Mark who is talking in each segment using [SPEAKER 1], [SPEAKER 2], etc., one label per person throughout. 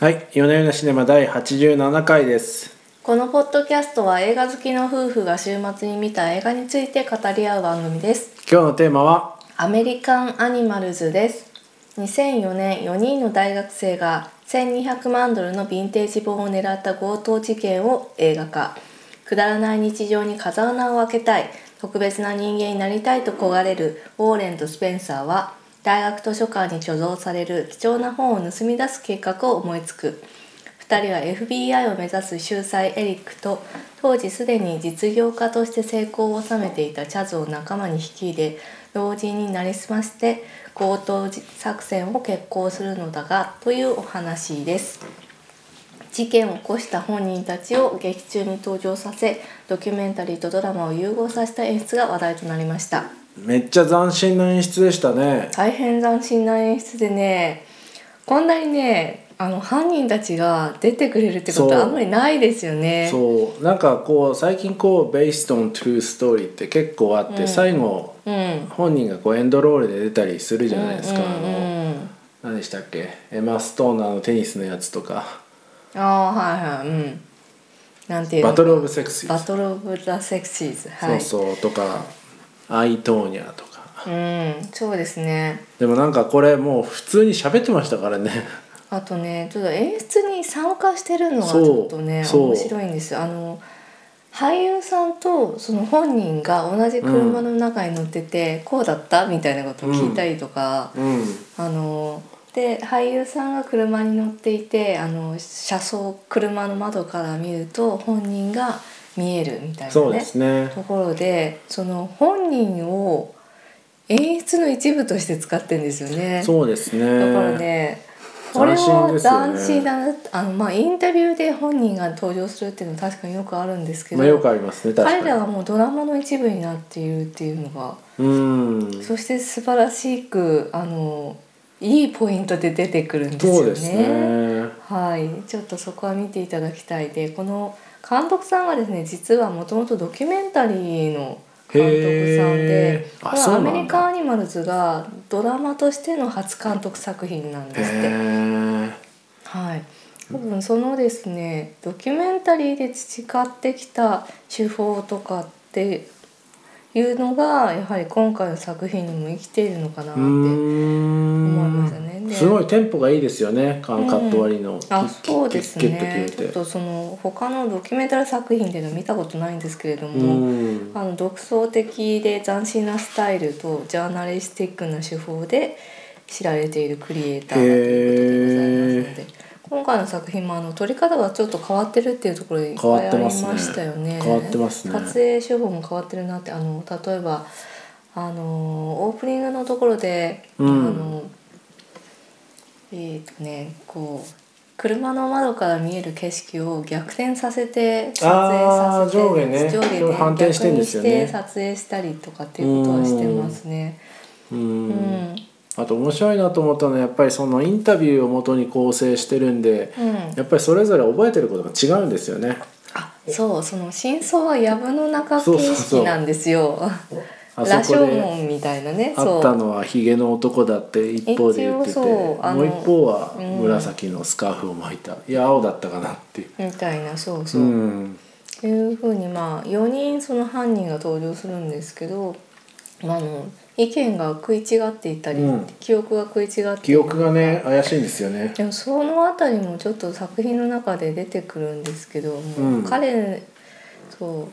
[SPEAKER 1] はい、夜な夜なシネマ第87回です。
[SPEAKER 2] このポッドキャストは映画好きの夫婦が週末に見た映画について語り合う番組です
[SPEAKER 1] 今日のテーマは、
[SPEAKER 2] アメリカンアニマルズです2004年4人の大学生が1200万ドルのヴィンテージ本を狙った強盗事件を映画化くだらない日常に風穴を開けたい特別な人間になりたいと焦がれるウォーレンとスペンサーは大学図書館に貯蔵される貴重な本を盗み出す計画を思いつく2人は FBI を目指す秀才エリックと当時すでに実業家として成功を収めていたチャズを仲間に引き入れ老人になりすまして強盗作戦を決行するのだがというお話です事件を起こした本人たちを劇中に登場させドキュメンタリーとドラマを融合させた演出が話題となりました
[SPEAKER 1] めっちゃ斬新な演出でしたね。
[SPEAKER 2] 大変斬新な演出でねこんなにねあの犯人たちが出てくれるってこ
[SPEAKER 1] そう
[SPEAKER 2] とはあんまりないですよね
[SPEAKER 1] そう、なんかこう、最近こう、based on true story って結構あって、
[SPEAKER 2] うん
[SPEAKER 1] 最後、
[SPEAKER 2] うん
[SPEAKER 1] 本人がこうエンドロールで出たりするじゃないですか。
[SPEAKER 2] うんうん
[SPEAKER 1] あの
[SPEAKER 2] うん
[SPEAKER 1] 何でしたっけエマ・ストーンのあのテニスのやつとか、
[SPEAKER 2] ああーはいはいうんなんていうの
[SPEAKER 1] バトル・オブ・セクシー
[SPEAKER 2] バトルオブザセクシーズはい
[SPEAKER 1] そうそうとか「アイ・トーニャ」とか
[SPEAKER 2] うんそうですね
[SPEAKER 1] でもなんかこれもう普通に喋ってましたからね
[SPEAKER 2] あとねちょっと演出に参加してるのがち
[SPEAKER 1] そう
[SPEAKER 2] ょっとね
[SPEAKER 1] そう
[SPEAKER 2] 面白いんですよあの俳優さんとその本人が同じ車の中に乗ってて、こうだったみたいなことを聞いたりとか、
[SPEAKER 1] うん
[SPEAKER 2] あので俳優さんが車に乗っていてあの車窓車の窓から見ると本人が見えるみたい
[SPEAKER 1] そ
[SPEAKER 2] な
[SPEAKER 1] うで
[SPEAKER 2] ね
[SPEAKER 1] すね
[SPEAKER 2] ところでその本人を演出の一部として使ってんですよね。
[SPEAKER 1] そうですね
[SPEAKER 2] だからね、これ
[SPEAKER 1] 斬新
[SPEAKER 2] は
[SPEAKER 1] ですよね
[SPEAKER 2] 斬新だなあのまあインタビューで本人が登場するっていうのは確かによくあるんですけど、
[SPEAKER 1] まあ、よくありますね確かに
[SPEAKER 2] 彼らがもうドラマの一部になっているっていうのが、
[SPEAKER 1] うん
[SPEAKER 2] そして素晴らしくあのいいポイントで出てくるんですよね。
[SPEAKER 1] そうですね
[SPEAKER 2] はい、ちょっとそこは見ていただきたいでこの監督さんがですね実はもともとドキュメンタリーの監督さんで
[SPEAKER 1] へーあ
[SPEAKER 2] これ
[SPEAKER 1] そう
[SPEAKER 2] は
[SPEAKER 1] な
[SPEAKER 2] ア
[SPEAKER 1] んだ
[SPEAKER 2] メリカンアニマルズがドラマとしての初監督作品なんですっ
[SPEAKER 1] へ
[SPEAKER 2] て。
[SPEAKER 1] ー
[SPEAKER 2] はい多分そのですねドキュメンタリーで培ってきた手法とかっていうのがやはり今回の作品にも生きているのかなっ
[SPEAKER 1] う
[SPEAKER 2] て思い
[SPEAKER 1] ん
[SPEAKER 2] ましたね。です
[SPEAKER 1] ごいテンポがいいですよねカンカット割りの、
[SPEAKER 2] あ
[SPEAKER 1] キッキッ
[SPEAKER 2] そうです
[SPEAKER 1] キッキッ
[SPEAKER 2] ね
[SPEAKER 1] と
[SPEAKER 2] ちょっ
[SPEAKER 1] 切れて
[SPEAKER 2] とその他のドキュメンタリー作品での見たことないんですけれど
[SPEAKER 1] う
[SPEAKER 2] も、
[SPEAKER 1] ん
[SPEAKER 2] あの独創的で斬新なスタイルとジャーナリスティックな手法で知られているクリエイターだということでございますので今回の作品もあの撮り方がちょっと変わってるっていうところでいっぱいありましたよね
[SPEAKER 1] 変わってますね
[SPEAKER 2] 撮影手法も変わってるなってあの例えばあのオープニングのところで、
[SPEAKER 1] うん
[SPEAKER 2] あのえっ、とねこう車の窓から見える景色を逆転させて撮影
[SPEAKER 1] あ
[SPEAKER 2] さ
[SPEAKER 1] ー
[SPEAKER 2] せて
[SPEAKER 1] 上下ね
[SPEAKER 2] 上下
[SPEAKER 1] 上
[SPEAKER 2] で
[SPEAKER 1] 反転してんですよね
[SPEAKER 2] 逆にして撮影したりとかっていうことはしてますね。
[SPEAKER 1] うん
[SPEAKER 2] うん、
[SPEAKER 1] あと面白いなと思ったのはやっぱりそのインタビューをもとに構成してるんで
[SPEAKER 2] うん
[SPEAKER 1] やっぱりそれぞれ覚えてることが違うんですよね
[SPEAKER 2] あそうその真相は藪の中
[SPEAKER 1] そう
[SPEAKER 2] 形
[SPEAKER 1] そうそう
[SPEAKER 2] 式なんですよ。
[SPEAKER 1] あ
[SPEAKER 2] 羅
[SPEAKER 1] そ
[SPEAKER 2] 生
[SPEAKER 1] こで
[SPEAKER 2] 門みたいなね。
[SPEAKER 1] あったのはヒゲの男だって一方で言ってて
[SPEAKER 2] 一応そうあ
[SPEAKER 1] も
[SPEAKER 2] の
[SPEAKER 1] う一方は
[SPEAKER 2] うん
[SPEAKER 1] 紫のスカーフを巻いた、いや青だったかなっていう。
[SPEAKER 2] みたいなそうそうう。
[SPEAKER 1] ん
[SPEAKER 2] っていうふうにまあ4人その犯人が登場するんですけど、まあ、あの意見が食い違っていたり、
[SPEAKER 1] うん
[SPEAKER 2] 記憶が食い違って
[SPEAKER 1] 記憶がね怪しいんですよね。
[SPEAKER 2] でもそのあたりもちょっと作品の中で出てくるんですけど、もう
[SPEAKER 1] うん
[SPEAKER 2] 彼そう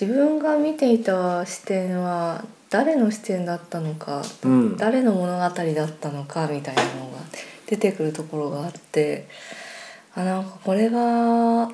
[SPEAKER 2] 自分が見ていた視点は誰の視点だったのか、
[SPEAKER 1] うん、
[SPEAKER 2] 誰の物語だったのかみたいなのが出てくるところがあってあなんかこれは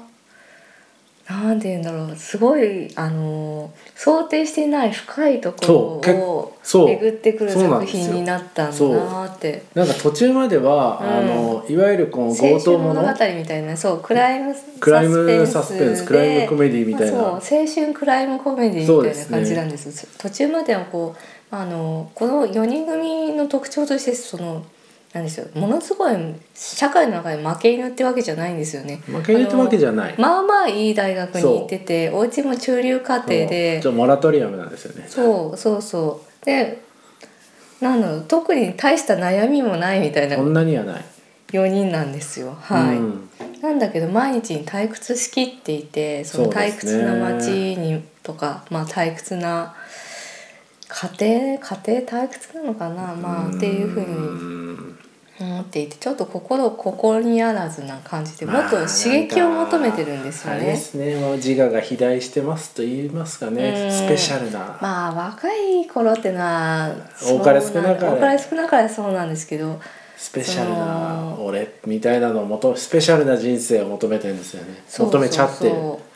[SPEAKER 2] なんて言うんだろうすごいあの想定していない深いところを
[SPEAKER 1] そう
[SPEAKER 2] えぐってくる
[SPEAKER 1] そうなん
[SPEAKER 2] 作
[SPEAKER 1] ですよ
[SPEAKER 2] 品になったんだなーって。
[SPEAKER 1] なんか途中までは、
[SPEAKER 2] うん
[SPEAKER 1] あのいわゆるこの強
[SPEAKER 2] 青
[SPEAKER 1] 盗
[SPEAKER 2] 春
[SPEAKER 1] も
[SPEAKER 2] 物語
[SPEAKER 1] の
[SPEAKER 2] みたいなそうクライムサスペンス
[SPEAKER 1] クライムサスペンス
[SPEAKER 2] で
[SPEAKER 1] クライムコメディみたいな、
[SPEAKER 2] まあそう青春クライムコメデ
[SPEAKER 1] そ
[SPEAKER 2] ィ
[SPEAKER 1] う
[SPEAKER 2] み
[SPEAKER 1] で
[SPEAKER 2] たい
[SPEAKER 1] す
[SPEAKER 2] な
[SPEAKER 1] ね
[SPEAKER 2] 感じなんです途中まではこうあのこの4人組の特徴としてそのなんですよものすごい社会の中で負け犬ってわけじゃないんですよね
[SPEAKER 1] 負けるってわけじゃない。
[SPEAKER 2] まあまあいい大学に行っててお家も中流家庭
[SPEAKER 1] そう
[SPEAKER 2] で
[SPEAKER 1] ちょっとモラトリアムなんですよね。
[SPEAKER 2] そうそうそうでなんだろう特に大した悩みもないみたいな
[SPEAKER 1] そんなにはない。
[SPEAKER 2] 4人なんですよはい、
[SPEAKER 1] うん
[SPEAKER 2] なんだけど毎日に退屈しきっていてその
[SPEAKER 1] そうで
[SPEAKER 2] 退
[SPEAKER 1] す
[SPEAKER 2] 屈
[SPEAKER 1] ね
[SPEAKER 2] な街にとか、まあ退屈な家庭家庭退屈なのかなまあっていうふうに
[SPEAKER 1] うん
[SPEAKER 2] 思っていてちょっと心ここにあらずな感じでもっと
[SPEAKER 1] まあ
[SPEAKER 2] 刺激を求めてるんですよ
[SPEAKER 1] なんかあれで
[SPEAKER 2] ね。
[SPEAKER 1] すね、まあ、自我が肥大してますと言いますか
[SPEAKER 2] う
[SPEAKER 1] ね
[SPEAKER 2] ん
[SPEAKER 1] スペシャルな、
[SPEAKER 2] まあ若い頃ってのは
[SPEAKER 1] 多かれ少なかれ
[SPEAKER 2] そうなん多かれ少なかれそうなんですけど
[SPEAKER 1] スペシャル
[SPEAKER 2] そ
[SPEAKER 1] な
[SPEAKER 2] の
[SPEAKER 1] 俺みたいなのを求めスペシャルな人生を求めてるんですよね
[SPEAKER 2] そう
[SPEAKER 1] 求めちゃってる
[SPEAKER 2] そうそう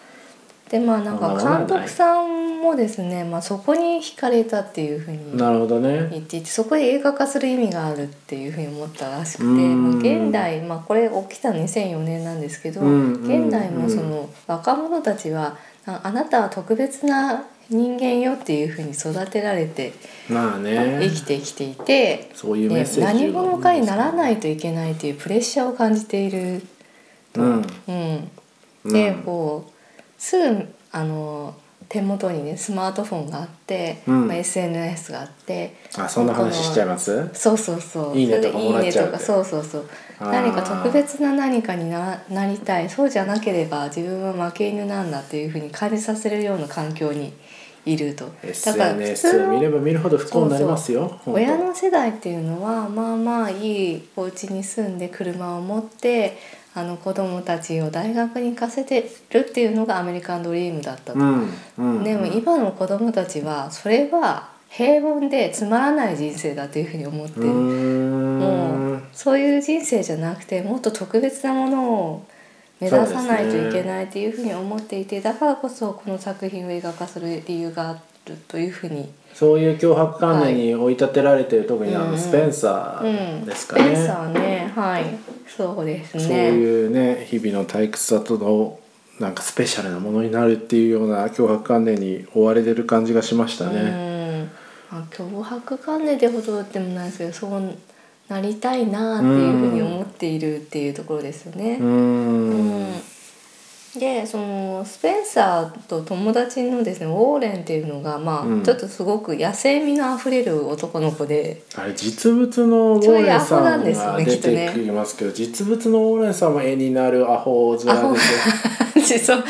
[SPEAKER 2] でまあなんか
[SPEAKER 1] そんなものはな
[SPEAKER 2] 監
[SPEAKER 1] い
[SPEAKER 2] 督さんもですね、まあ、そこに惹かれたっていうふうに
[SPEAKER 1] なるほどね
[SPEAKER 2] 言っていてそこで映画化する意味があるっていうふうに思ったらしくて、
[SPEAKER 1] うーん
[SPEAKER 2] まあ、現代、まあ、これ起きた2004年なんですけど、
[SPEAKER 1] うんうん
[SPEAKER 2] 現代もそ
[SPEAKER 1] うん
[SPEAKER 2] の若者たちはああなたは特別な人間よっていうふうに育てられて
[SPEAKER 1] まあね
[SPEAKER 2] 生きてきていて、
[SPEAKER 1] そういうメッ
[SPEAKER 2] で
[SPEAKER 1] セージ、
[SPEAKER 2] 何者かにならないいといけないというプレッシャーを感じている。
[SPEAKER 1] うん、
[SPEAKER 2] うんで、
[SPEAKER 1] うん
[SPEAKER 2] こうすぐあの手元にねスマートフォンがあって、
[SPEAKER 1] うん
[SPEAKER 2] まあ、SNS があって
[SPEAKER 1] あそんな話しちゃいます
[SPEAKER 2] そうそうそう
[SPEAKER 1] いいね
[SPEAKER 2] それ
[SPEAKER 1] とかもらっちゃう
[SPEAKER 2] いいねとか
[SPEAKER 1] って
[SPEAKER 2] そうそうそう
[SPEAKER 1] あー
[SPEAKER 2] 何か特別な何かにななりたいそうじゃなければ自分は負け犬なんだっていうふうに感じさせるような環境にいるとだから普
[SPEAKER 1] SNS
[SPEAKER 2] 通
[SPEAKER 1] を見れ
[SPEAKER 2] の
[SPEAKER 1] ば見るほど不幸になりますよ本当
[SPEAKER 2] 親の世代っていうのはまあまあいいお家に住んで車を持ってあの子供たちを大学に行かせてるっていうのがアメリカンドリームだったと
[SPEAKER 1] うんうん
[SPEAKER 2] でも今の子供たちはそれは平凡でつまらない人生だというふうに思って
[SPEAKER 1] うー
[SPEAKER 2] る、
[SPEAKER 1] ん
[SPEAKER 2] もうそういう人生じゃなくてもっと特別なものを目指さないといけないというふうに思っていて、だからこそこの作品を映画化する理由があるというふうに
[SPEAKER 1] そういう脅迫観念に追い立てられてる、特にあ
[SPEAKER 2] うんう
[SPEAKER 1] の
[SPEAKER 2] ん
[SPEAKER 1] スペンサ
[SPEAKER 2] うん
[SPEAKER 1] ーですか
[SPEAKER 2] スペ
[SPEAKER 1] ね、
[SPEAKER 2] ンサーねはいそうですね
[SPEAKER 1] そういうね日々の退屈さとのなんかスペシャルなものになるっていうような脅迫観念に追われてる感じがしましたね。
[SPEAKER 2] うんまあ、脅迫観念でほどでもないですけどそうなりたいなっていうふうに思っているっていうところですよね。
[SPEAKER 1] うーん
[SPEAKER 2] うんでそのスペンサーと友達のですねウォーレンっていうのが、まあ
[SPEAKER 1] うん
[SPEAKER 2] ちょっとすごく野生味のあふれる男の子で
[SPEAKER 1] あれ実物のウォーレンさんが出てきますけど実物のウォーレンさんも絵になるアホ面ですよ
[SPEAKER 2] そう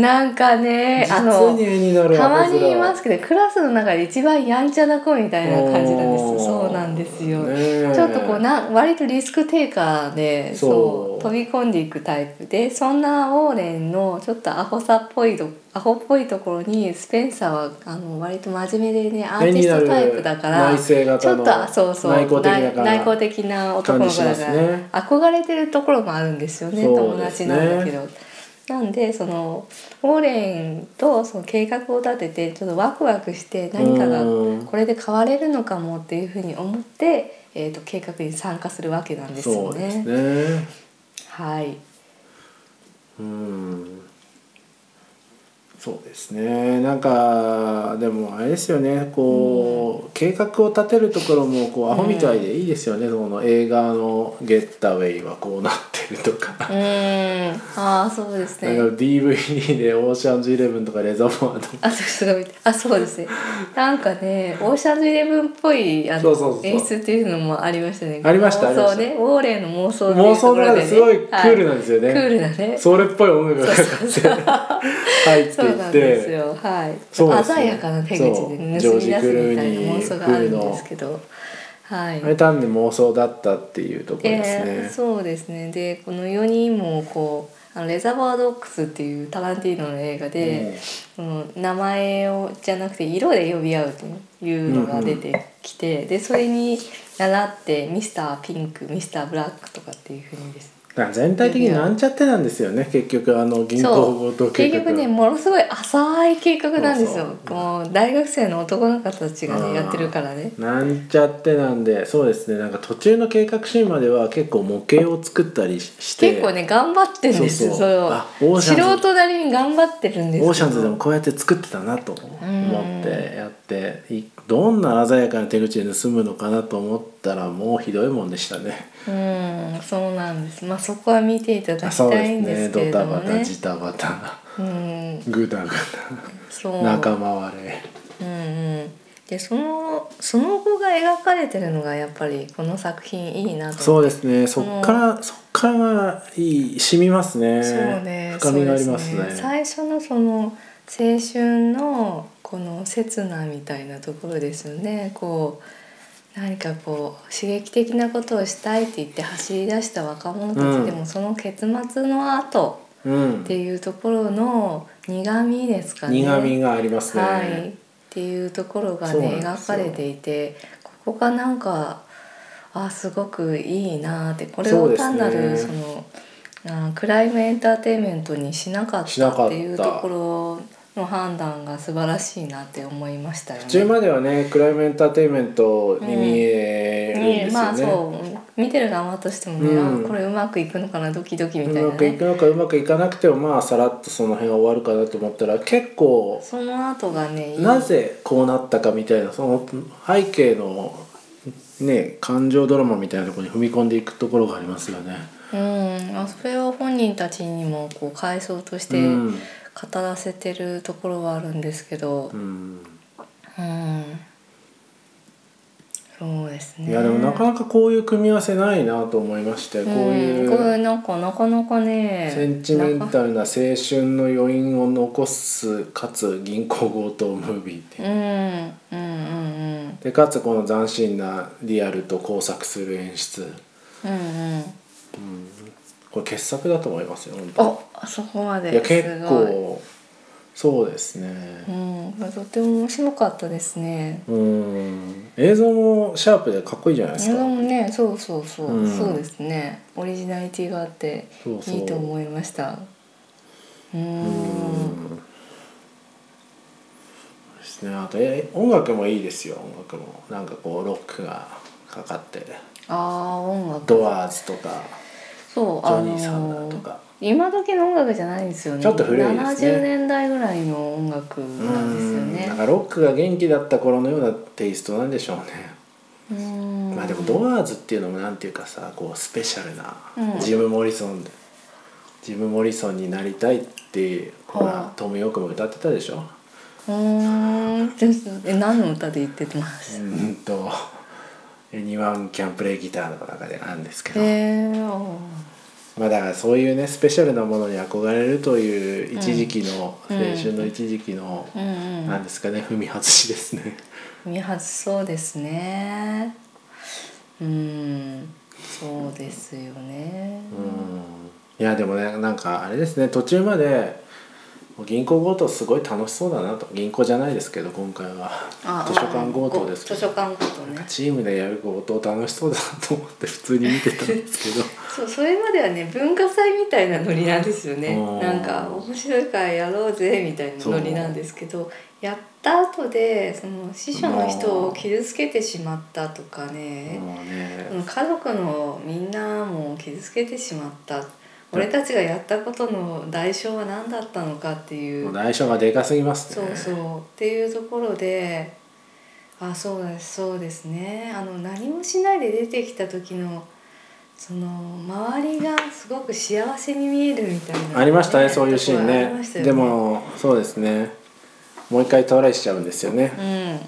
[SPEAKER 2] なんかねあ
[SPEAKER 1] 実
[SPEAKER 2] の
[SPEAKER 1] に絵になる
[SPEAKER 2] た
[SPEAKER 1] アホ
[SPEAKER 2] ま
[SPEAKER 1] 面
[SPEAKER 2] にいますけどクラスの中で一番やんちゃな子みたいな感じなんです
[SPEAKER 1] おー
[SPEAKER 2] そうなんですよ。
[SPEAKER 1] ねえ
[SPEAKER 2] ちょっとこうな割とリスクテイカーで
[SPEAKER 1] そう
[SPEAKER 2] そう飛び込んでいくタイプでそんなオーレンのちょっとアホさっぽいとアホっぽいところにスペンサーはあの割と真面目でねアーティストタイプだから
[SPEAKER 1] 絵になる内省
[SPEAKER 2] ち
[SPEAKER 1] 型
[SPEAKER 2] ょっ
[SPEAKER 1] の
[SPEAKER 2] とそうそう
[SPEAKER 1] 内向的な
[SPEAKER 2] 内内向的な男の子だから、
[SPEAKER 1] 感じしますね
[SPEAKER 2] 憧れてるところもあるんですよね
[SPEAKER 1] そ
[SPEAKER 2] 友
[SPEAKER 1] うです
[SPEAKER 2] 達
[SPEAKER 1] ね
[SPEAKER 2] なんだけど。なんでそのオーレンとその計画を立ててちょっとワクワクして何かが
[SPEAKER 1] うん
[SPEAKER 2] これで変われるのかもっていうふうに思って、えー、と計画に参加するわけなんです
[SPEAKER 1] そ
[SPEAKER 2] よ
[SPEAKER 1] うです
[SPEAKER 2] ね。
[SPEAKER 1] ね
[SPEAKER 2] はい、
[SPEAKER 1] うんそうですねなんかでもあれですよねこう、計画を立てるところもこうアホみたいでいいですよね、その映画の「ゲッタウェイ」はこうなってるとか
[SPEAKER 2] う。ーんああ そうです
[SPEAKER 1] なん
[SPEAKER 2] ね
[SPEAKER 1] か。DVD で「オーシャンズイレブン」とか「レザーボーン」とか
[SPEAKER 2] あそうすごいあそうですね。なんかねオーシャンズイレブンっぽいあの
[SPEAKER 1] そうそうそう
[SPEAKER 2] 演出っていうのもありましたね。
[SPEAKER 1] ありましたあ
[SPEAKER 2] 妄
[SPEAKER 1] りました
[SPEAKER 2] 想ねウォーレンの妄想ってい
[SPEAKER 1] 妄
[SPEAKER 2] うと
[SPEAKER 1] 想
[SPEAKER 2] こ
[SPEAKER 1] の
[SPEAKER 2] ろ
[SPEAKER 1] 中
[SPEAKER 2] で、
[SPEAKER 1] で
[SPEAKER 2] ね、
[SPEAKER 1] すごいクールなんですよ
[SPEAKER 2] はいクー
[SPEAKER 1] ね、
[SPEAKER 2] ルだね。
[SPEAKER 1] それっぽい音楽がかかって入って
[SPEAKER 2] そう
[SPEAKER 1] い
[SPEAKER 2] な
[SPEAKER 1] っ
[SPEAKER 2] んです
[SPEAKER 1] て
[SPEAKER 2] よ。はい。
[SPEAKER 1] そうですね
[SPEAKER 2] 鮮やかな手口でね
[SPEAKER 1] そ
[SPEAKER 2] 盗
[SPEAKER 1] う
[SPEAKER 2] み出すみたいな妄想があるんですけど、はい。
[SPEAKER 1] あれ単に妄想だったっていうところですね、
[SPEAKER 2] えーそうですねでこの4人もこうあのレザーバードックスっていうタランティーノの映画で、その名前をじゃなくて色で呼び合うというのが出てきて、でそれに習ってミスターピンクミスターブラックとかっていうふうにです
[SPEAKER 1] だから全体的になんちゃってなんですよね結局あの銀行強
[SPEAKER 2] そ
[SPEAKER 1] 盗
[SPEAKER 2] う結
[SPEAKER 1] 計画
[SPEAKER 2] 局ねものすごい浅い計画なんですよ
[SPEAKER 1] そうそう
[SPEAKER 2] もう大学生の男の子たちが
[SPEAKER 1] う
[SPEAKER 2] ね
[SPEAKER 1] ん
[SPEAKER 2] やってるからね
[SPEAKER 1] なんちゃってなんでそうですねなんか途中の計画シーンまでは結構模型を作ったりしして
[SPEAKER 2] 結構ね頑張ってるんですよ
[SPEAKER 1] そう
[SPEAKER 2] そ
[SPEAKER 1] そう
[SPEAKER 2] れを
[SPEAKER 1] あオーシャンズ
[SPEAKER 2] 素人なりに頑張ってるんです
[SPEAKER 1] オ
[SPEAKER 2] よ
[SPEAKER 1] ーシャンズでもこうやって作ってたなと思ってやっていどんな鮮やかな手口で盗むのかなと思ったらもうひどいもんでしたね。
[SPEAKER 2] うん、そうなんです。まあそこは見ていただき
[SPEAKER 1] そう
[SPEAKER 2] た
[SPEAKER 1] で
[SPEAKER 2] い
[SPEAKER 1] す
[SPEAKER 2] んです
[SPEAKER 1] ね
[SPEAKER 2] けれ
[SPEAKER 1] ド
[SPEAKER 2] ど
[SPEAKER 1] タ
[SPEAKER 2] も
[SPEAKER 1] バタ
[SPEAKER 2] ね。
[SPEAKER 1] ジタバタ
[SPEAKER 2] うん、
[SPEAKER 1] グダグ
[SPEAKER 2] そう。
[SPEAKER 1] ダ仲間割れ。
[SPEAKER 2] うんうん。でそのその後が描かれてるのがやっぱりこの作品いいなと
[SPEAKER 1] そう
[SPEAKER 2] 思って
[SPEAKER 1] ですねそっから、そっからがいい染みますね
[SPEAKER 2] そうね
[SPEAKER 1] 深みがあります
[SPEAKER 2] そう
[SPEAKER 1] ね
[SPEAKER 2] で最初のその青春のこの刹那みたいなところですよねこう何かこう刺激的なことをしたいって言って走り出した若者たち、
[SPEAKER 1] うん
[SPEAKER 2] でもその結末の後
[SPEAKER 1] うん
[SPEAKER 2] っていうところの苦みですかね
[SPEAKER 1] 苦みがありますね、
[SPEAKER 2] はい、っていうところが
[SPEAKER 1] そうな
[SPEAKER 2] ね
[SPEAKER 1] んです
[SPEAKER 2] 描
[SPEAKER 1] よ
[SPEAKER 2] かれていてここがなんかあすごくいいなってこれ
[SPEAKER 1] そう
[SPEAKER 2] を
[SPEAKER 1] です
[SPEAKER 2] 単
[SPEAKER 1] ね
[SPEAKER 2] なるそのあクライムエンターテインメントにしなかっ
[SPEAKER 1] しなかった
[SPEAKER 2] たっていうところの判断が素晴らしいなって思いましたよ
[SPEAKER 1] 途中
[SPEAKER 2] ね。
[SPEAKER 1] まではねクライムエンターテインメントに見えるん
[SPEAKER 2] ね
[SPEAKER 1] です
[SPEAKER 2] ま
[SPEAKER 1] よ
[SPEAKER 2] あ
[SPEAKER 1] ね、
[SPEAKER 2] そう見てる側としてもね、
[SPEAKER 1] うん
[SPEAKER 2] あこれうまくいくのかなドキドキみたいうな
[SPEAKER 1] まくい
[SPEAKER 2] ね
[SPEAKER 1] くのかうまくいかなくてもまあさらっとその辺は終わるかなと思ったら結構
[SPEAKER 2] その後がねいい
[SPEAKER 1] なぜこうなったかみたいなその背景のね感情ドラマみたいなところに踏み込んでいくところがありますよね。
[SPEAKER 2] うん、あそれを本人たちにもこう回想として
[SPEAKER 1] うん
[SPEAKER 2] 語らせてるところはあるんですけど
[SPEAKER 1] う、ん
[SPEAKER 2] うん、そうですね。
[SPEAKER 1] いやでもなかなかこういう組み合わせないなと思いまして、こうい
[SPEAKER 2] ん、こういう
[SPEAKER 1] う
[SPEAKER 2] なんかなかなかね、
[SPEAKER 1] センチメン
[SPEAKER 2] なんか
[SPEAKER 1] タルな青春の余韻を残すかつ銀行強盗ムービーっていう
[SPEAKER 2] うんうんうんうん
[SPEAKER 1] でかつこの斬新なリアルと交錯する演出
[SPEAKER 2] うんうん。
[SPEAKER 1] これ傑作だと思いますよ本当
[SPEAKER 2] お、あそこまで
[SPEAKER 1] いや
[SPEAKER 2] す
[SPEAKER 1] 結
[SPEAKER 2] ごい。
[SPEAKER 1] 構そうですね
[SPEAKER 2] うん、まあとても面白かったですね。
[SPEAKER 1] うん映像もシャープでかっこいいじゃないです
[SPEAKER 2] 映
[SPEAKER 1] か
[SPEAKER 2] 画もね、そうそうそう、
[SPEAKER 1] うん
[SPEAKER 2] そうですね。オリジナリティがあって
[SPEAKER 1] そうそう
[SPEAKER 2] いいと思いました。う
[SPEAKER 1] うん
[SPEAKER 2] ん。
[SPEAKER 1] そうですねあとえ音楽もいいですよ音楽もなんかこうロックがかかって
[SPEAKER 2] ああ、音楽。
[SPEAKER 1] ドアーズとか
[SPEAKER 2] そう、
[SPEAKER 1] ジ
[SPEAKER 2] あ
[SPEAKER 1] ョ
[SPEAKER 2] の
[SPEAKER 1] ニー・サンダーとか、
[SPEAKER 2] 今時の音楽じゃないんですよね。
[SPEAKER 1] ちょっと古いですね
[SPEAKER 2] 70年代ぐらいの音楽なんですよ
[SPEAKER 1] うん
[SPEAKER 2] ね
[SPEAKER 1] なん。かロックが元気だった頃のようなテイストなんでしょうね、
[SPEAKER 2] うん
[SPEAKER 1] まあでもドアーズっていうのもなんていうかさこうスペシャルな、
[SPEAKER 2] うん
[SPEAKER 1] ジム・モリソンジム・モリソンになりたいってほ
[SPEAKER 2] は
[SPEAKER 1] ら
[SPEAKER 2] あ
[SPEAKER 1] トム・ヨークも歌ってたでしょ
[SPEAKER 2] うん。ですえ何の歌で言ってます。
[SPEAKER 1] うんと「Anyone Can Play Guitar」の中でなんですけど、
[SPEAKER 2] へえー。
[SPEAKER 1] まあだからそういうねスペシャルなものに憧れるという一時期の、
[SPEAKER 2] うん
[SPEAKER 1] 青春の一時期の、
[SPEAKER 2] うんうん
[SPEAKER 1] なんですかね踏み外しですね。
[SPEAKER 2] 見外そうですね。うん。そうですよね。
[SPEAKER 1] うんいやでもねなんかあれですね途中まで銀行強盗すごい楽しそうだなと銀行じゃないですけど今回は
[SPEAKER 2] あ
[SPEAKER 1] 図書館強盗ですけ
[SPEAKER 2] 図
[SPEAKER 1] ど
[SPEAKER 2] 書館強盗ね。
[SPEAKER 1] チームでやる強盗楽しそうだなと思って普通に見てたんですけど。
[SPEAKER 2] そうそれまではね文化祭みたいなノリなんですよね
[SPEAKER 1] うん
[SPEAKER 2] なんか面白いからやろうぜみたいなノリなんですけどやった後でその師匠の人を傷つけてしまったとか ね、
[SPEAKER 1] もうね
[SPEAKER 2] うん家族のみんなも傷つけてしまった俺たちがやったことの代償は何だったのかってい
[SPEAKER 1] もう
[SPEAKER 2] う
[SPEAKER 1] 内緒がでかすぎます
[SPEAKER 2] そ
[SPEAKER 1] ね
[SPEAKER 2] うそうっていうところであそうですそうですねあの何もしないで出てきた時のその周りがすごく幸せに見えるみたいな、
[SPEAKER 1] ありましたねそういうシーン
[SPEAKER 2] ところありました
[SPEAKER 1] ね
[SPEAKER 2] よ
[SPEAKER 1] でもそうですねもう一回トライしちゃうんですよね
[SPEAKER 2] うん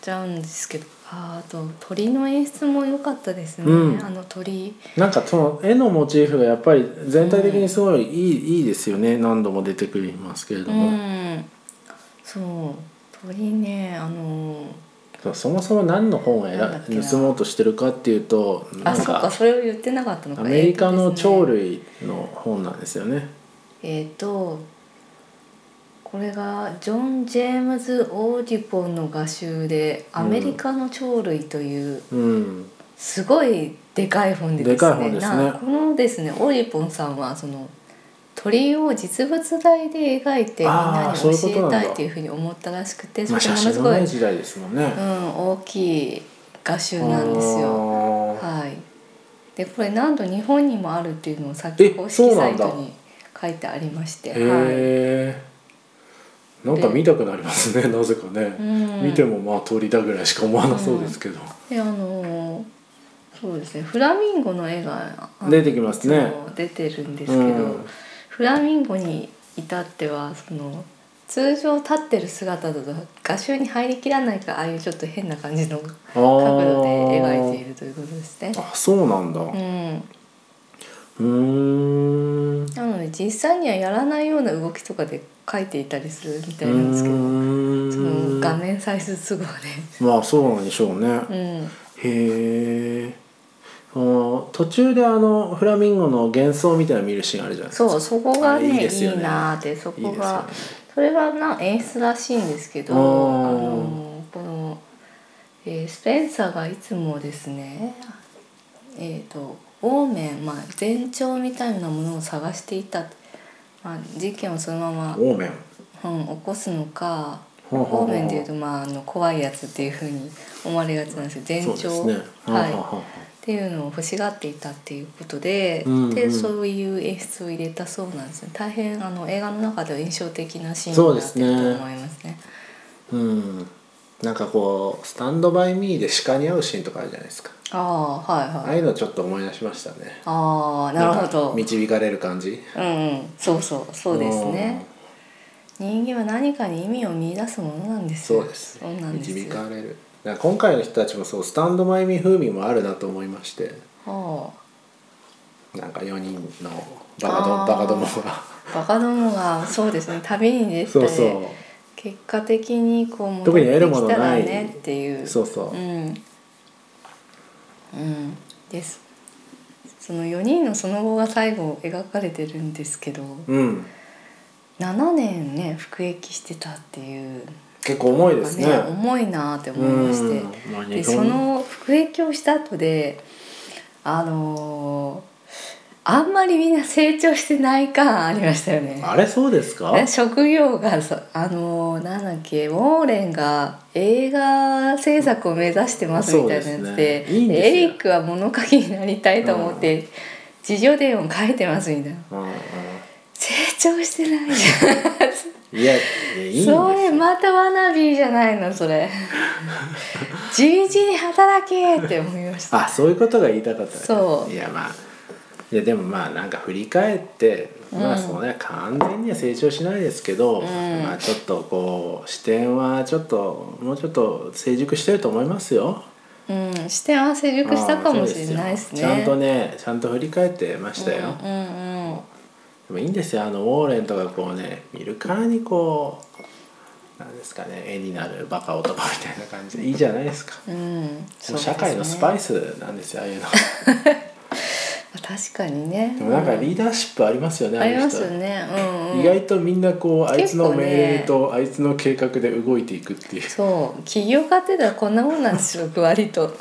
[SPEAKER 2] ちゃうんですけどああと鳥の演出も良かったですね、
[SPEAKER 1] うん
[SPEAKER 2] あの鳥
[SPEAKER 1] なんかその絵のモチーフがやっぱり全体的にすごいいい,、いいですよね何度も出てくりますけれど
[SPEAKER 2] う
[SPEAKER 1] も、
[SPEAKER 2] んそう鳥ねあの
[SPEAKER 1] そうそもそも何の本を選
[SPEAKER 2] なんだっけな
[SPEAKER 1] 盗もうとしてるかっていうとな
[SPEAKER 2] あ
[SPEAKER 1] ん
[SPEAKER 2] そうか
[SPEAKER 1] か
[SPEAKER 2] それを言ってなかったのか
[SPEAKER 1] アメリカの
[SPEAKER 2] 類
[SPEAKER 1] 鳥類の本なんですよね。
[SPEAKER 2] えっ、とこれがジョン・ジェームズ・オーディポンの画集で「アメリカの鳥類」という
[SPEAKER 1] うん、
[SPEAKER 2] すごいでかい本で
[SPEAKER 1] で
[SPEAKER 2] です
[SPEAKER 1] かい本
[SPEAKER 2] ね
[SPEAKER 1] ですね
[SPEAKER 2] なこのですねオーディポンさんはその鳥を実物大で描いてみんな
[SPEAKER 1] あー
[SPEAKER 2] に
[SPEAKER 1] そ
[SPEAKER 2] 教
[SPEAKER 1] ういうこと
[SPEAKER 2] え
[SPEAKER 1] なん
[SPEAKER 2] た
[SPEAKER 1] だ
[SPEAKER 2] いっていうふうに思ったらしくてそ
[SPEAKER 1] まあ
[SPEAKER 2] れが
[SPEAKER 1] 写真
[SPEAKER 2] ものす
[SPEAKER 1] の
[SPEAKER 2] ごい、
[SPEAKER 1] ない時代ですもんね
[SPEAKER 2] う。ん、大きい画集なんですよ。
[SPEAKER 1] よ
[SPEAKER 2] はい。でこれなんと日本にもあるっていうのをさっき
[SPEAKER 1] え
[SPEAKER 2] 公
[SPEAKER 1] そ
[SPEAKER 2] 式
[SPEAKER 1] う
[SPEAKER 2] サ
[SPEAKER 1] なん
[SPEAKER 2] イ
[SPEAKER 1] だ
[SPEAKER 2] トに書いてありまして、はい。
[SPEAKER 1] へえ、なんか見たくなりますね なぜか
[SPEAKER 2] う
[SPEAKER 1] ね、
[SPEAKER 2] ん、
[SPEAKER 1] 見てもまあ鳥だぐらいしか思わなそうですけど、
[SPEAKER 2] であのーそうですねフラミンゴの絵があの
[SPEAKER 1] 出てきますね
[SPEAKER 2] いつも出てるんですけど、
[SPEAKER 1] うん
[SPEAKER 2] フラミンゴに至ってはその通常立ってる姿だと画集に入りきらないからああいうちょっと変な感じの角
[SPEAKER 1] 角
[SPEAKER 2] 度で描いているということですね。
[SPEAKER 1] あそうなんだ
[SPEAKER 2] うん、
[SPEAKER 1] うん
[SPEAKER 2] なので実際にはやらないような動きとかで描いていたりするみたいなんですけど、その画
[SPEAKER 1] ど
[SPEAKER 2] 面サイズ都合
[SPEAKER 1] まあそうなんでしょうね、
[SPEAKER 2] で、うん、
[SPEAKER 1] へえその途中であのフラミンゴの幻想みたいなの見るシーンあるじゃないですか
[SPEAKER 2] そうそこがね
[SPEAKER 1] あ
[SPEAKER 2] い
[SPEAKER 1] いい
[SPEAKER 2] い
[SPEAKER 1] ですよね
[SPEAKER 2] なーってそこ
[SPEAKER 1] いいですよ
[SPEAKER 2] が
[SPEAKER 1] ね
[SPEAKER 2] それはな演出らしいんですけど、
[SPEAKER 1] あ
[SPEAKER 2] あ
[SPEAKER 1] ー
[SPEAKER 2] のこの、えースペンサーがいつもですね、えー、とオーメン、まあ、前兆みたいなものを探していた、まあ、事件をそのま
[SPEAKER 1] オーメン
[SPEAKER 2] ま、うん、起こすのか
[SPEAKER 1] ほうほうほう
[SPEAKER 2] オーメンでいうと、まあ、あの怖いやつっていうふうに思われがちなんですけど
[SPEAKER 1] そう
[SPEAKER 2] 前
[SPEAKER 1] で
[SPEAKER 2] 兆、
[SPEAKER 1] すね
[SPEAKER 2] はい、
[SPEAKER 1] ははは
[SPEAKER 2] っていうのを欲しがっていたっていうことで、
[SPEAKER 1] うんうん
[SPEAKER 2] でそういう演出を入れたそうなんですね大変あの映画の中では印象的なシーン
[SPEAKER 1] そう
[SPEAKER 2] に
[SPEAKER 1] で
[SPEAKER 2] なっ
[SPEAKER 1] す
[SPEAKER 2] て
[SPEAKER 1] ね
[SPEAKER 2] ると思いますね。
[SPEAKER 1] うんなんかこう「スタンドバイミー」で鹿に会うシーンとかあるじゃないですか
[SPEAKER 2] ああはい
[SPEAKER 1] あ
[SPEAKER 2] は
[SPEAKER 1] あ
[SPEAKER 2] い。
[SPEAKER 1] いうのちょっと思い出しましたね
[SPEAKER 2] ああなるほ
[SPEAKER 1] んか
[SPEAKER 2] ど。
[SPEAKER 1] 導かれる感じ
[SPEAKER 2] うんうんそうそうそうですね。人間は何かに意味を見出すものなんで
[SPEAKER 1] うん
[SPEAKER 2] すよ。
[SPEAKER 1] そうです
[SPEAKER 2] そうなんです
[SPEAKER 1] 導
[SPEAKER 2] よ。
[SPEAKER 1] かれるだから今回の人たちもそうスタンドバイミー風味もあるなと思いまして
[SPEAKER 2] あ
[SPEAKER 1] なんか4人のバカど
[SPEAKER 2] あー
[SPEAKER 1] バカどもが
[SPEAKER 2] あバカどもがそうですね旅に出て
[SPEAKER 1] そうそう
[SPEAKER 2] 結果的にこう戻
[SPEAKER 1] 特に得る
[SPEAKER 2] っ
[SPEAKER 1] も
[SPEAKER 2] て
[SPEAKER 1] の
[SPEAKER 2] きたら
[SPEAKER 1] ない
[SPEAKER 2] ねっていう。
[SPEAKER 1] そうそう、
[SPEAKER 2] うん、うん、ですその4人のその後が最後描かれてるんですけど
[SPEAKER 1] うん、
[SPEAKER 2] 7年ね服役してたっていう
[SPEAKER 1] 結構重いですね。
[SPEAKER 2] 重いなって思いまして
[SPEAKER 1] うんまあ
[SPEAKER 2] で
[SPEAKER 1] 日
[SPEAKER 2] そ
[SPEAKER 1] 本
[SPEAKER 2] の服役をした後であのーあんまりみんな成長してない感ありましたよね。
[SPEAKER 1] あれそうですか？
[SPEAKER 2] ね職業がさあのーなんだっけウォーレンが映画制作を目指してますみたいなや
[SPEAKER 1] そう
[SPEAKER 2] つ
[SPEAKER 1] で
[SPEAKER 2] です
[SPEAKER 1] ねいいんですよ
[SPEAKER 2] エリックは物書きになりたいと思って自叙伝を書いてますみたいな
[SPEAKER 1] うんうん
[SPEAKER 2] 成長してないじ
[SPEAKER 1] いやいやいいんで
[SPEAKER 2] ゃん
[SPEAKER 1] す
[SPEAKER 2] そ
[SPEAKER 1] よ。
[SPEAKER 2] れまたワナビーじゃないのそれ地道に働けって思いました
[SPEAKER 1] あ、そういうことが言いたかったね。
[SPEAKER 2] そう
[SPEAKER 1] いやまあ。いやでもまあなんか振り返って、まあ
[SPEAKER 2] うん
[SPEAKER 1] そうね完全には成長しないですけど、
[SPEAKER 2] うん
[SPEAKER 1] まあちょっとこう視点はちょっともうちょっと成熟してると思いますよ。
[SPEAKER 2] うん視点は成熟したかもしれないで
[SPEAKER 1] ああ
[SPEAKER 2] すね
[SPEAKER 1] そうですよちゃんとねちゃんと振り返ってましたよ。
[SPEAKER 2] うんうんうん
[SPEAKER 1] でもいいんですよあのウォーレンとかこうね見るからにこうなんですかね絵になるバカ男みたいな感じでいいじゃないですか
[SPEAKER 2] うん、そう
[SPEAKER 1] もう
[SPEAKER 2] ですね
[SPEAKER 1] 社会のスパイスなんですよああいうの
[SPEAKER 2] 確かにね
[SPEAKER 1] でもなんか
[SPEAKER 2] うん
[SPEAKER 1] リーダーシップありますよねあ
[SPEAKER 2] あ
[SPEAKER 1] あい
[SPEAKER 2] り
[SPEAKER 1] う
[SPEAKER 2] ま
[SPEAKER 1] 人
[SPEAKER 2] すよね。うん、うん。
[SPEAKER 1] 意外とみんなこうあいつの
[SPEAKER 2] 結構
[SPEAKER 1] 命
[SPEAKER 2] ね
[SPEAKER 1] 令とあいつの計画で動いていくっていう
[SPEAKER 2] そう、起業家ってのはこんなもんなんですよ、割と。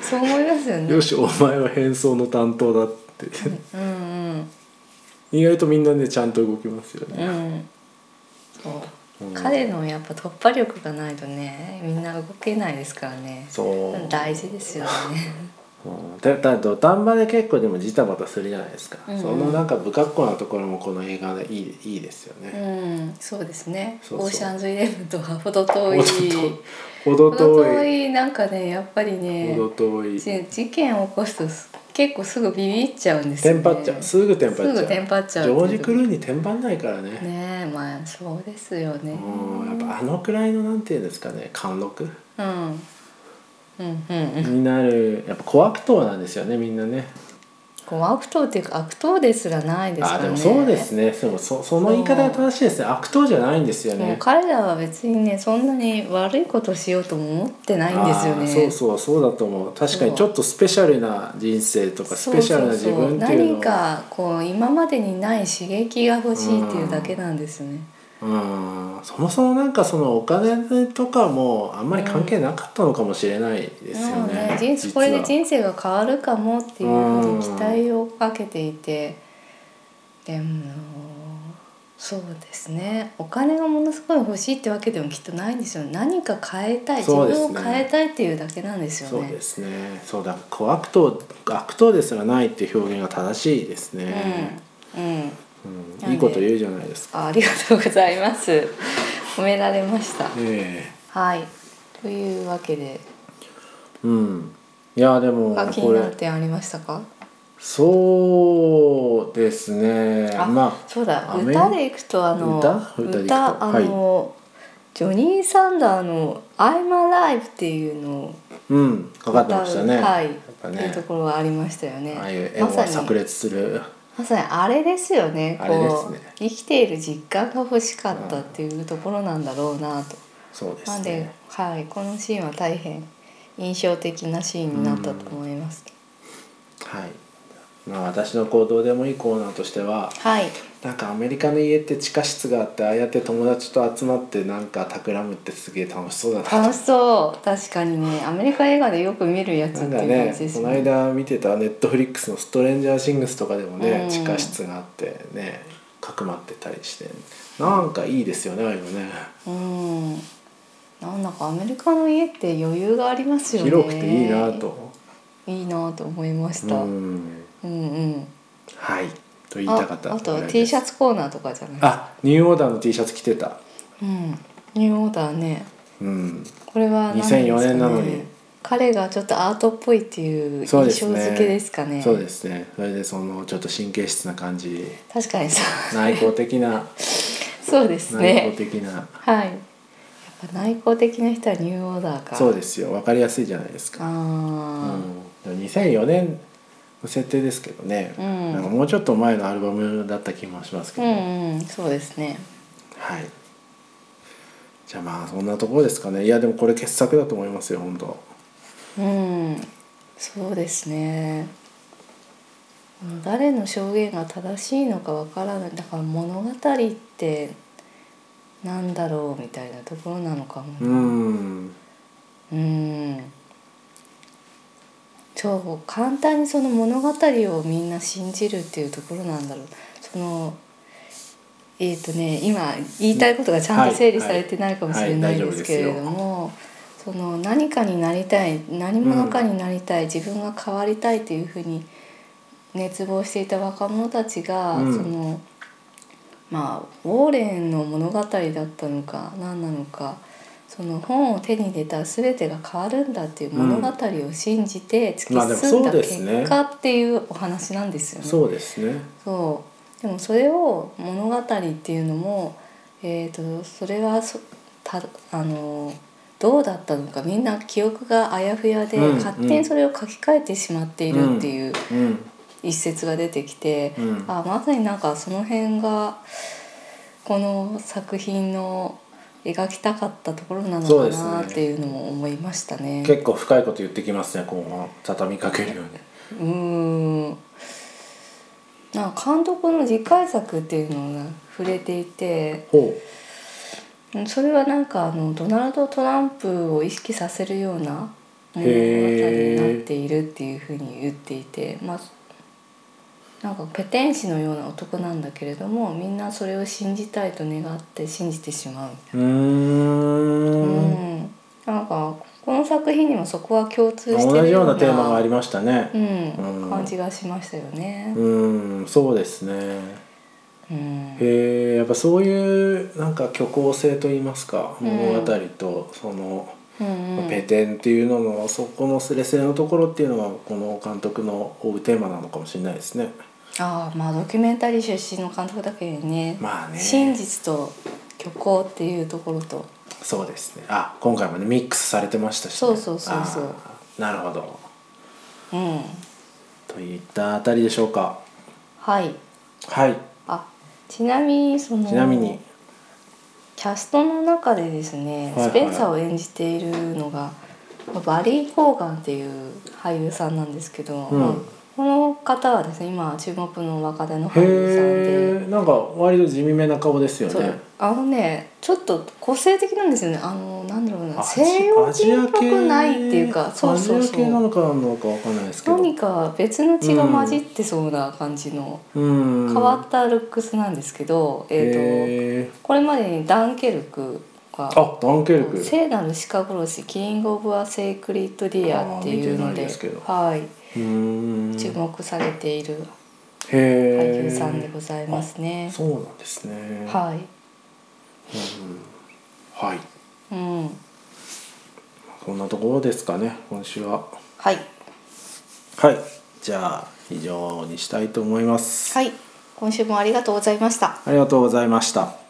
[SPEAKER 2] そう思いますよね。
[SPEAKER 1] よしお前は変装の担当だって
[SPEAKER 2] うんうん
[SPEAKER 1] 意外とみんなねちゃんと動きますよ
[SPEAKER 2] う
[SPEAKER 1] ね、
[SPEAKER 2] ん。そう。
[SPEAKER 1] うん
[SPEAKER 2] 彼のやっぱ突破力がないとね、みんな動けないですからね。
[SPEAKER 1] そう
[SPEAKER 2] 大事ですよね。
[SPEAKER 1] うんだだ土壇場で結構でもジタバタするじゃないですか、
[SPEAKER 2] うんうん
[SPEAKER 1] そのなんか不格好なところもこの映画でいいいいですよ
[SPEAKER 2] う
[SPEAKER 1] ね、
[SPEAKER 2] ん、そうですね。
[SPEAKER 1] そうそう
[SPEAKER 2] オーシャンズイレブンとは程遠い。
[SPEAKER 1] 程
[SPEAKER 2] 程
[SPEAKER 1] 遠
[SPEAKER 2] 遠
[SPEAKER 1] い
[SPEAKER 2] いなんかね、やっぱりね。
[SPEAKER 1] 程遠い
[SPEAKER 2] じ事件を起こすとす結構すぐビビっちゃうんです
[SPEAKER 1] テ
[SPEAKER 2] よね。
[SPEAKER 1] ンパっちゃうすぐテンパっちゃう
[SPEAKER 2] すぐテンパっちゃう
[SPEAKER 1] ジョージ・クルーニーテンパんないからね
[SPEAKER 2] ねえまあそうですよね
[SPEAKER 1] うんやっぱあのくらいのなんていうんですかね貫禄
[SPEAKER 2] うんうんうんうん
[SPEAKER 1] になるやっぱ小悪党なんですよねみんなね
[SPEAKER 2] こう悪党っていうか悪党ですらないですか
[SPEAKER 1] あ
[SPEAKER 2] らね
[SPEAKER 1] でもそうですねでもそその言い方が正しいですね悪党じゃないんですよ
[SPEAKER 2] もう
[SPEAKER 1] ね
[SPEAKER 2] 彼らは別にねそんなに悪いことしようとも思ってないんですよ
[SPEAKER 1] あ
[SPEAKER 2] ね
[SPEAKER 1] ーそうそうそうだと思う確かにちょっとスペシャルな人生とかス
[SPEAKER 2] そう
[SPEAKER 1] ペシャルな自分っていうの
[SPEAKER 2] そうそう何
[SPEAKER 1] は
[SPEAKER 2] かこう今までにない刺激が欲しいっていうだけなんですよね
[SPEAKER 1] うんそもそもなんかそのお金とかもあんまり関係なかったのかもしれないですよ
[SPEAKER 2] もう
[SPEAKER 1] ね,、
[SPEAKER 2] 人
[SPEAKER 1] 実
[SPEAKER 2] 生
[SPEAKER 1] は
[SPEAKER 2] これで人生が変わるかもっていうふうに期待をかけていてでもそうですねお金がものすごい欲しいってわけでもきっとないんですよ何か変えたい、自
[SPEAKER 1] そうですね
[SPEAKER 2] 分を変えたいっていうだけなんですよ
[SPEAKER 1] そう
[SPEAKER 2] ね
[SPEAKER 1] で。すねそうだ小悪党悪党ですらないっていう表現が正しいですね、
[SPEAKER 2] うん、うん、
[SPEAKER 1] うん
[SPEAKER 2] なんで
[SPEAKER 1] いいこと言うじゃないですか
[SPEAKER 2] あありがとうございます。褒められました。
[SPEAKER 1] え
[SPEAKER 2] はい。というわけで、
[SPEAKER 1] えうんいやでも
[SPEAKER 2] あ気
[SPEAKER 1] こ
[SPEAKER 2] になる
[SPEAKER 1] れ
[SPEAKER 2] 点ありましたか？
[SPEAKER 1] そうそうですね
[SPEAKER 2] あ
[SPEAKER 1] まあ
[SPEAKER 2] そうだ
[SPEAKER 1] アメ
[SPEAKER 2] 歌でいくとあの
[SPEAKER 1] 歌歌でいくと
[SPEAKER 2] 歌あの、ジョニー・サンダーの「I'm Alive」っていうのを
[SPEAKER 1] うんかかってましたね
[SPEAKER 2] はい、
[SPEAKER 1] やっぱ
[SPEAKER 2] っていうと
[SPEAKER 1] ね
[SPEAKER 2] ころはありましたよね。
[SPEAKER 1] ああいう絵
[SPEAKER 2] ま
[SPEAKER 1] も
[SPEAKER 2] さ
[SPEAKER 1] 炸
[SPEAKER 2] に
[SPEAKER 1] 裂する
[SPEAKER 2] まさにあれですよね。
[SPEAKER 1] あれです
[SPEAKER 2] こう
[SPEAKER 1] ね
[SPEAKER 2] 生きている実感が欲しかったっていうところなんだろうなと。
[SPEAKER 1] そうで
[SPEAKER 2] な
[SPEAKER 1] す
[SPEAKER 2] んで、
[SPEAKER 1] ね
[SPEAKER 2] はいこのシーンは大変印象的なシーンになったと思います。
[SPEAKER 1] はいまあ私のこうどうでもいいコーナーとしては
[SPEAKER 2] はい
[SPEAKER 1] なんかアメリカの家って地下室があってああやって友達と集まってなんか企むってすげえ楽しそうだなと
[SPEAKER 2] 楽しそう確かにねアメリカ映画でよく見るやつ
[SPEAKER 1] な
[SPEAKER 2] っ
[SPEAKER 1] ん
[SPEAKER 2] て
[SPEAKER 1] か
[SPEAKER 2] いう感
[SPEAKER 1] ね
[SPEAKER 2] じです
[SPEAKER 1] こ
[SPEAKER 2] よ
[SPEAKER 1] の
[SPEAKER 2] ね。
[SPEAKER 1] 間見てたネットフリックスの「ストレンジャーシングス」とかでもね、
[SPEAKER 2] うん
[SPEAKER 1] 地下室があってねかくまってたりしてなんかいいですよねああいうのね
[SPEAKER 2] うんなんだかアメリカの家って余裕がありますよね。
[SPEAKER 1] 広くていいなと、
[SPEAKER 2] いいなと思いまし
[SPEAKER 1] う
[SPEAKER 2] た。
[SPEAKER 1] ん、
[SPEAKER 2] うんうん。
[SPEAKER 1] はいと言い
[SPEAKER 2] あ
[SPEAKER 1] たかった
[SPEAKER 2] あとは
[SPEAKER 1] ぐらい
[SPEAKER 2] T
[SPEAKER 1] です
[SPEAKER 2] シャツコーナーとかじゃない。
[SPEAKER 1] あニューオーダーの T シャツ着てた
[SPEAKER 2] うん。ニューオーダーね。
[SPEAKER 1] うん
[SPEAKER 2] これは何ですかね
[SPEAKER 1] 2004年なのに。
[SPEAKER 2] 彼がちょっとアートっぽいっていう印
[SPEAKER 1] そ
[SPEAKER 2] 象
[SPEAKER 1] うですね
[SPEAKER 2] 付けですかね。
[SPEAKER 1] そうですねそれでそのちょっと神経質な感 じ
[SPEAKER 2] 確かにそう。
[SPEAKER 1] 内向的な
[SPEAKER 2] そうです
[SPEAKER 1] 内向
[SPEAKER 2] ね。
[SPEAKER 1] 的な
[SPEAKER 2] はい。やっぱ内向的な人はニューオーダーか。
[SPEAKER 1] そう
[SPEAKER 2] す。
[SPEAKER 1] ですよ分かりやすいじゃないですか
[SPEAKER 2] あ
[SPEAKER 1] うん、2004年の設定ですけどね、
[SPEAKER 2] うん
[SPEAKER 1] なんかもうちょっと前のアルバムだった気もしますけ
[SPEAKER 2] あ。う
[SPEAKER 1] ど、
[SPEAKER 2] んうん。そうですね。
[SPEAKER 1] はいじゃあまあそんなところですかねいやでもこれ傑作だと思いますよ本当
[SPEAKER 2] うん。そうですね。うん誰の証言が正しいのかわからないだから物語ってなんだろうみたいなところなのかもな
[SPEAKER 1] うん
[SPEAKER 2] うんそう簡単にその物語をみんな信じるっていうところなんだろうそのえっ、とね今言いたいことがちゃんと整理されてないかもしれないですけれどもその何かになりたい何者かになりたい、自分が変わりたいというふうに熱望していた若者たちが、
[SPEAKER 1] うん
[SPEAKER 2] そのまあウォーレンの物語だったのか何なのかその本を手に入れたら全てが変わるんだっていう物語を信じて突
[SPEAKER 1] まあでも
[SPEAKER 2] き進ん
[SPEAKER 1] そう
[SPEAKER 2] だ
[SPEAKER 1] ですね
[SPEAKER 2] 結果っていうお話なんですよね。
[SPEAKER 1] そうですね
[SPEAKER 2] そうでもそれを物語っていうのも、えー、とそれはそたあのどうだったのかみんな記憶があやふやで、
[SPEAKER 1] うん
[SPEAKER 2] 勝手にそれを書き換えてしまっているっていう
[SPEAKER 1] うん
[SPEAKER 2] 一節が出てきて、
[SPEAKER 1] うん
[SPEAKER 2] あまさになんかその辺がこの作品の描きたかったところなの
[SPEAKER 1] そう
[SPEAKER 2] か
[SPEAKER 1] ですね
[SPEAKER 2] なっていうのも思いましたね。
[SPEAKER 1] 結構深いこと言ってきますね今後畳みかけるように
[SPEAKER 2] うーんなんか監督の次回作っていうのが触れていて
[SPEAKER 1] ほ
[SPEAKER 2] うんそれはなんかあのドナルド・トランプを意識させるような物語に
[SPEAKER 1] へー
[SPEAKER 2] なっているっていうふうに言っていてまあなんかペテン師のような男なんだけれどもみんなそれを信じたいと願って信じてしまうみたい
[SPEAKER 1] う
[SPEAKER 2] う
[SPEAKER 1] ーん
[SPEAKER 2] な。うん、なんかこの作品にもそこは共通して
[SPEAKER 1] 同
[SPEAKER 2] る
[SPEAKER 1] じよ
[SPEAKER 2] よ
[SPEAKER 1] う
[SPEAKER 2] うな
[SPEAKER 1] なテーマがありました
[SPEAKER 2] う
[SPEAKER 1] ね
[SPEAKER 2] ん
[SPEAKER 1] うん
[SPEAKER 2] 感じがしましたよね。
[SPEAKER 1] うんそうですね
[SPEAKER 2] うん
[SPEAKER 1] へえやっぱそういうなんか虚構性といいますか
[SPEAKER 2] うん
[SPEAKER 1] 物語とその、
[SPEAKER 2] うんうん
[SPEAKER 1] ペテンっていうののそこのすれすれのところっていうのがこの監督の追うテーマなのかもしれないですね。
[SPEAKER 2] ああまあドキュメンタリー出身の監督だけにね,、
[SPEAKER 1] まあね
[SPEAKER 2] 真実と虚構っていうところと
[SPEAKER 1] そうですねあ今回もねミックスされてましたし、ね、
[SPEAKER 2] そうそうそうそう
[SPEAKER 1] あーなるほど
[SPEAKER 2] うん
[SPEAKER 1] といったあたりでしょうか
[SPEAKER 2] はい
[SPEAKER 1] はい
[SPEAKER 2] あちなみにその
[SPEAKER 1] ちなみに
[SPEAKER 2] キャストの中でですね、
[SPEAKER 1] はいはい
[SPEAKER 2] スペンサーを演じているのがまあバリー・コーガンっていう俳優さんなんですけど、
[SPEAKER 1] うん
[SPEAKER 2] まあこの方はですね今注目の若手の
[SPEAKER 1] へ
[SPEAKER 2] 俳優さんで。
[SPEAKER 1] えんか割と地味めな顔ですよ
[SPEAKER 2] そう
[SPEAKER 1] ね
[SPEAKER 2] あのねちょっと個性的なんですよねあのなんだろうな
[SPEAKER 1] アジ
[SPEAKER 2] 西洋人っぽくないっていうかそうそう
[SPEAKER 1] アジア
[SPEAKER 2] そ
[SPEAKER 1] 系な
[SPEAKER 2] う
[SPEAKER 1] のかなのかわかんないですけど
[SPEAKER 2] 何か別の血が混じってそうな感じの
[SPEAKER 1] うん
[SPEAKER 2] 変わったルックスなんですけど、えー、と
[SPEAKER 1] へ
[SPEAKER 2] これまでにダンケルクが
[SPEAKER 1] ーあダンケルク
[SPEAKER 2] 聖なる鹿殺しキリング・オブ・ア・セイクリッド・ディアっていう
[SPEAKER 1] あー見てな
[SPEAKER 2] の
[SPEAKER 1] い
[SPEAKER 2] で
[SPEAKER 1] ですけど
[SPEAKER 2] はい、
[SPEAKER 1] うーん
[SPEAKER 2] 注目されている俳
[SPEAKER 1] 俳
[SPEAKER 2] 優さんでございますね。
[SPEAKER 1] そうなんですね。
[SPEAKER 2] はい、
[SPEAKER 1] うんはい。
[SPEAKER 2] うん、
[SPEAKER 1] こんなところですかね。今週は。
[SPEAKER 2] はい、
[SPEAKER 1] はい。じゃあ以上にしたいと思います。
[SPEAKER 2] はい
[SPEAKER 3] 今週もありがとうございました
[SPEAKER 2] ありがとうございました